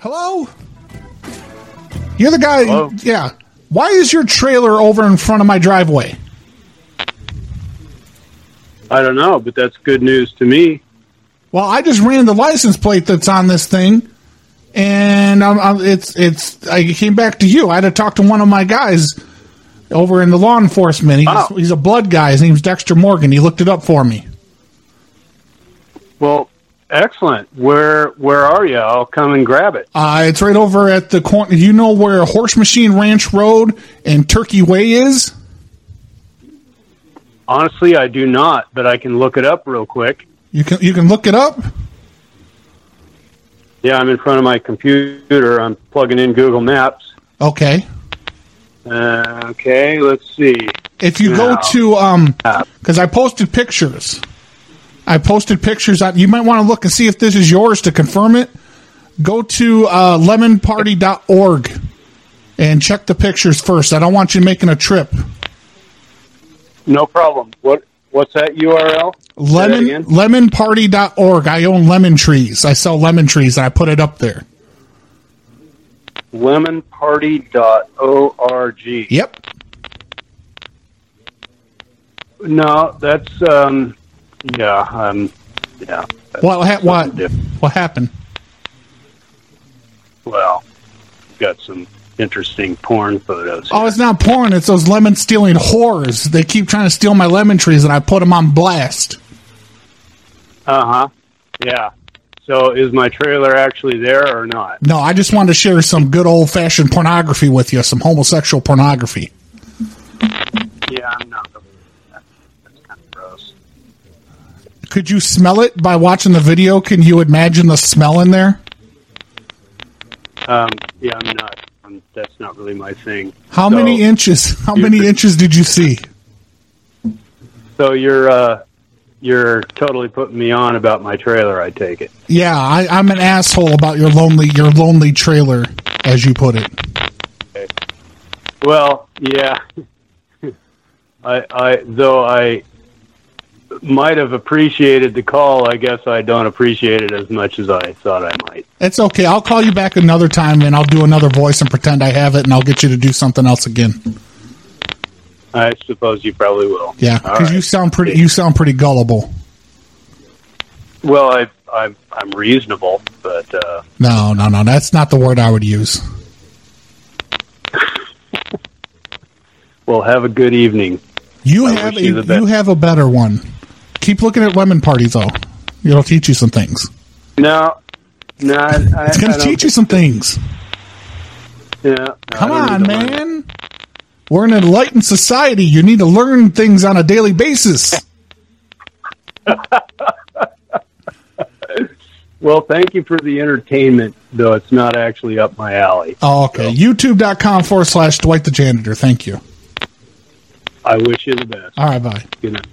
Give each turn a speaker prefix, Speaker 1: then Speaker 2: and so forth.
Speaker 1: Hello? You're the guy.
Speaker 2: Hello?
Speaker 1: Yeah. Why is your trailer over in front of my driveway?
Speaker 2: I don't know, but that's good news to me.
Speaker 1: Well, I just ran the license plate that's on this thing, and I'm, I'm, it's it's. I came back to you. I had to talk to one of my guys over in the law enforcement. He's,
Speaker 2: Oh.
Speaker 1: he's a blood guy. His name's Dexter Morgan. He looked it up for me.
Speaker 2: Well, excellent. Where where are you? I'll come and grab it.
Speaker 1: Uh, it's right over at the corner. You know where Horse Machine Ranch Road and Turkey Way is?
Speaker 2: Honestly, I do not, but I can look it up real quick.
Speaker 1: You can you can look it up.
Speaker 2: Yeah, I'm in front of my computer. I'm plugging in Google Maps.
Speaker 1: Okay.
Speaker 2: Uh, okay, let's see.
Speaker 1: If you go
Speaker 2: No.
Speaker 1: to um, because I posted pictures. I posted pictures. On, you might want to look and see if this is yours to confirm it. Go to uh, lemonparty.org and check the pictures first. I don't want you making a trip.
Speaker 2: No problem. What what's that URL? Say that
Speaker 1: Lemon
Speaker 2: again.
Speaker 1: lemonparty.org. I own lemon trees. I sell lemon trees and I put it up there.
Speaker 2: lemonparty.org.
Speaker 1: Yep.
Speaker 2: No, that's um yeah, um yeah. that's
Speaker 1: What ha- what
Speaker 2: something different.
Speaker 1: what happened?
Speaker 2: Well, got some interesting porn photos.
Speaker 1: Oh, it's not porn. It's those lemon stealing whores. They keep trying to steal my lemon trees, and I put them on blast.
Speaker 2: Uh huh. Yeah. So is my trailer actually there or not?
Speaker 1: No, I just wanted to share some good old fashioned pornography with you, some homosexual pornography.
Speaker 2: Yeah, I'm not. That's kind of gross.
Speaker 1: Could you smell it by watching the video? Can you imagine the smell in there?
Speaker 2: Um, yeah, I'm not. I'm, that's not really my thing.
Speaker 1: How
Speaker 2: So-
Speaker 1: many inches? How many inches did you see?
Speaker 2: So you're uh, you're totally putting me on about my trailer. I take it.
Speaker 1: Yeah, I, I'm an asshole about your lonely your lonely trailer, as you put it.
Speaker 2: Well, yeah. I, I though I might have appreciated the call. I guess I don't appreciate it as much as I thought I might.
Speaker 1: It's okay. I'll call you back another time, and I'll do another voice and pretend I have it, and I'll get you to do something else again.
Speaker 2: I suppose you probably will.
Speaker 1: Yeah,
Speaker 2: All
Speaker 1: because you
Speaker 2: right.
Speaker 1: sound pretty. You sound pretty gullible.
Speaker 2: Well, I, I'm I'm reasonable, but uh,
Speaker 1: No, no, no. That's not the word I would use.
Speaker 2: well, have a good evening.
Speaker 1: You
Speaker 2: I
Speaker 1: have a,
Speaker 2: wish you the best.
Speaker 1: you have a better one. Keep looking at lemon parties though. It'll teach you some things.
Speaker 2: No, no, I, I-
Speaker 1: It's
Speaker 2: I
Speaker 1: gonna
Speaker 2: don't
Speaker 1: teach you some things.
Speaker 2: Yeah, no, I
Speaker 1: Come
Speaker 2: don't
Speaker 1: on,
Speaker 2: need to learn.
Speaker 1: man. We're an enlightened society. You need to learn things on a daily basis.
Speaker 2: Well, thank you for the entertainment, though it's not actually up my alley.
Speaker 1: Oh, okay. YouTube.com forward slash Dwight the Janitor. Thank you.
Speaker 2: I wish you the best.
Speaker 1: All right, bye.
Speaker 2: Good night.